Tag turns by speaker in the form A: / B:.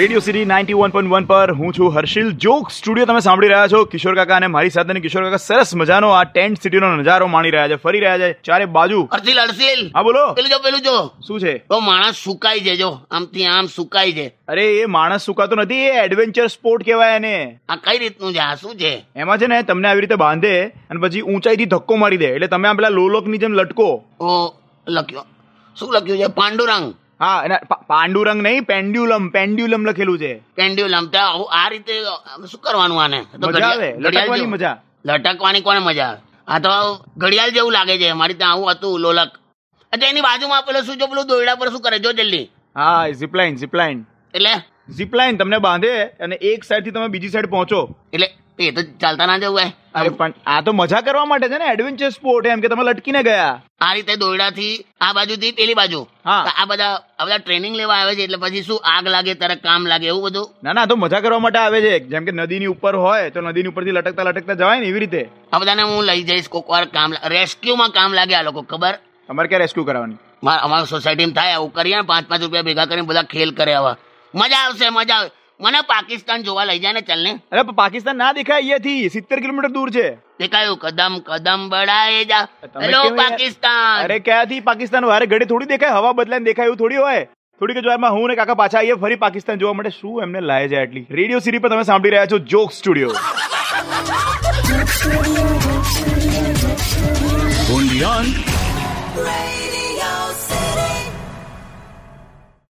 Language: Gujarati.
A: Radio city ninety one point one પર હું છું હર્ષિલ જોક સ્ટુડિયો તમે સાંભળી રહ્યા છો કિશોર કાકા અને મારી સાથેની કિશોર કાકા સરસ મજાનો આ ટેન્ટ સિટીનો નજારો માણી રહ્યા છે ફરી રહ્યા છે ચારે બાજુ
B: અડસીલ અડસીલ
A: હા બોલો
B: પેલું જો પેલું જો
A: શું છે
B: તો માણસ સુકાઈ જાય જો આમથી આમ સુકાઈ જાય
A: અરે એ માણસ સુકાતો નથી એ એડવેન્ચર સ્પોર્ટ કહેવાય એને
B: આ કઈ રીતનું છે આ શું છે
A: એમાં છે ને તમને આવી રીતે બાંધે અને પછી ઊંચાઈથી ધક્કો મારી દે એટલે તમે આ પેલા લોલોકની જેમ લટકો
B: ઓ લખ્યો શું લખ્યું છે પાંડુરંગ
A: હા એના પા- પાંડુરંગ નહીં પેન્ડ્યુલમ પેન્ડ્યુલમ લખેલું છે
B: પેન્ડ્યુલમ તો આવું- આ રીતે શું કરવાનું આને આ તો
A: મજા
B: ઘડિયાળ-
A: આવે,
B: ઘડિયાળ
A: લટકવાની
B: જેવું.
A: મજા.
B: લટકવાની કોને મજા આવે આ તો ઘડિયાળ જેવું લાગે છે મારી ત્યાં આવું હતું લોલક અચ્છા એની બાજુમાં પેલો શું જો પેલું દોયડા પર શું કરે જો જલ્દી
A: હા ઝીપલાઇન ઝીપલાઇન
B: એટલે
A: ઝીપલાઇન તમને બાંધે અને એક સાઈડથી તમે બીજી સાઈડ પહોંચો
B: એટલે એ તો ચાલતા ના જવું
A: અરે પણ આ તો મજા કરવા માટે છે ને એડવેન્ચર સ્પોર્ટ એમ કે તમે લટકીને ગયા
B: આ રીતે દોરડાથી આ બાજુથી પેલી બાજુ
A: હા.
B: તો આ બધા આ બધા ટ્રેનિંગ લેવા આવે છે એટલે પછી શું આગ લાગે ત્યારે કામ લાગે એવું બધું
A: ના ના આ તો મજા કરવા માટે આવે છે જેમ કે નદીની ઉપર હોય તો નદીની ઉપરથી લટકતા લટકતા જવાય ને એવી રીતે
B: આ બધાને હું લઈ જઈશ કોક વાર કામ રેસ્ક્યુમાં કામ લાગે આ લોકો ખબર
A: તમારે ક્યાં રેસ્ક્યુ કરાવવાની
B: મારા અમારી સોસાયટીમાં થાય આવું કરીએ ને પાંચ પાંચ રૂપિયા ભેગા કરીને બધા ખેલ કરે આવા મજા આવશે મજા આવે મને પાકિસ્તાન જોવા લઈ જાય ને ચાલ ને
A: અરે પણ પાકિસ્તાન ના દેખાય અહીંયાથી સિત્તેર કિલોમીટર દૂર છે
B: દેખાયું કદમ કદમ બળાએ જા
A: તમે
B: હેલો
A: કેમ યાર?
B: પાકિસ્તાન
A: અરે ક્યાંથી પાકિસ્તાન વારે ઘડી થોડી દેખાય હવા બદલાઈને દેખાય એવું થોડી હોય થોડીક જ વારમાં હું ને કાકા પાછા આવીએ ફરી પાકિસ્તાન જોવા માટે શું એમને લાય જાય આટલી રેડિયો સિરી પર તમે સાંભળી રહ્યા છો જોક સ્ટુડિયો
C: Undian.
D: Radio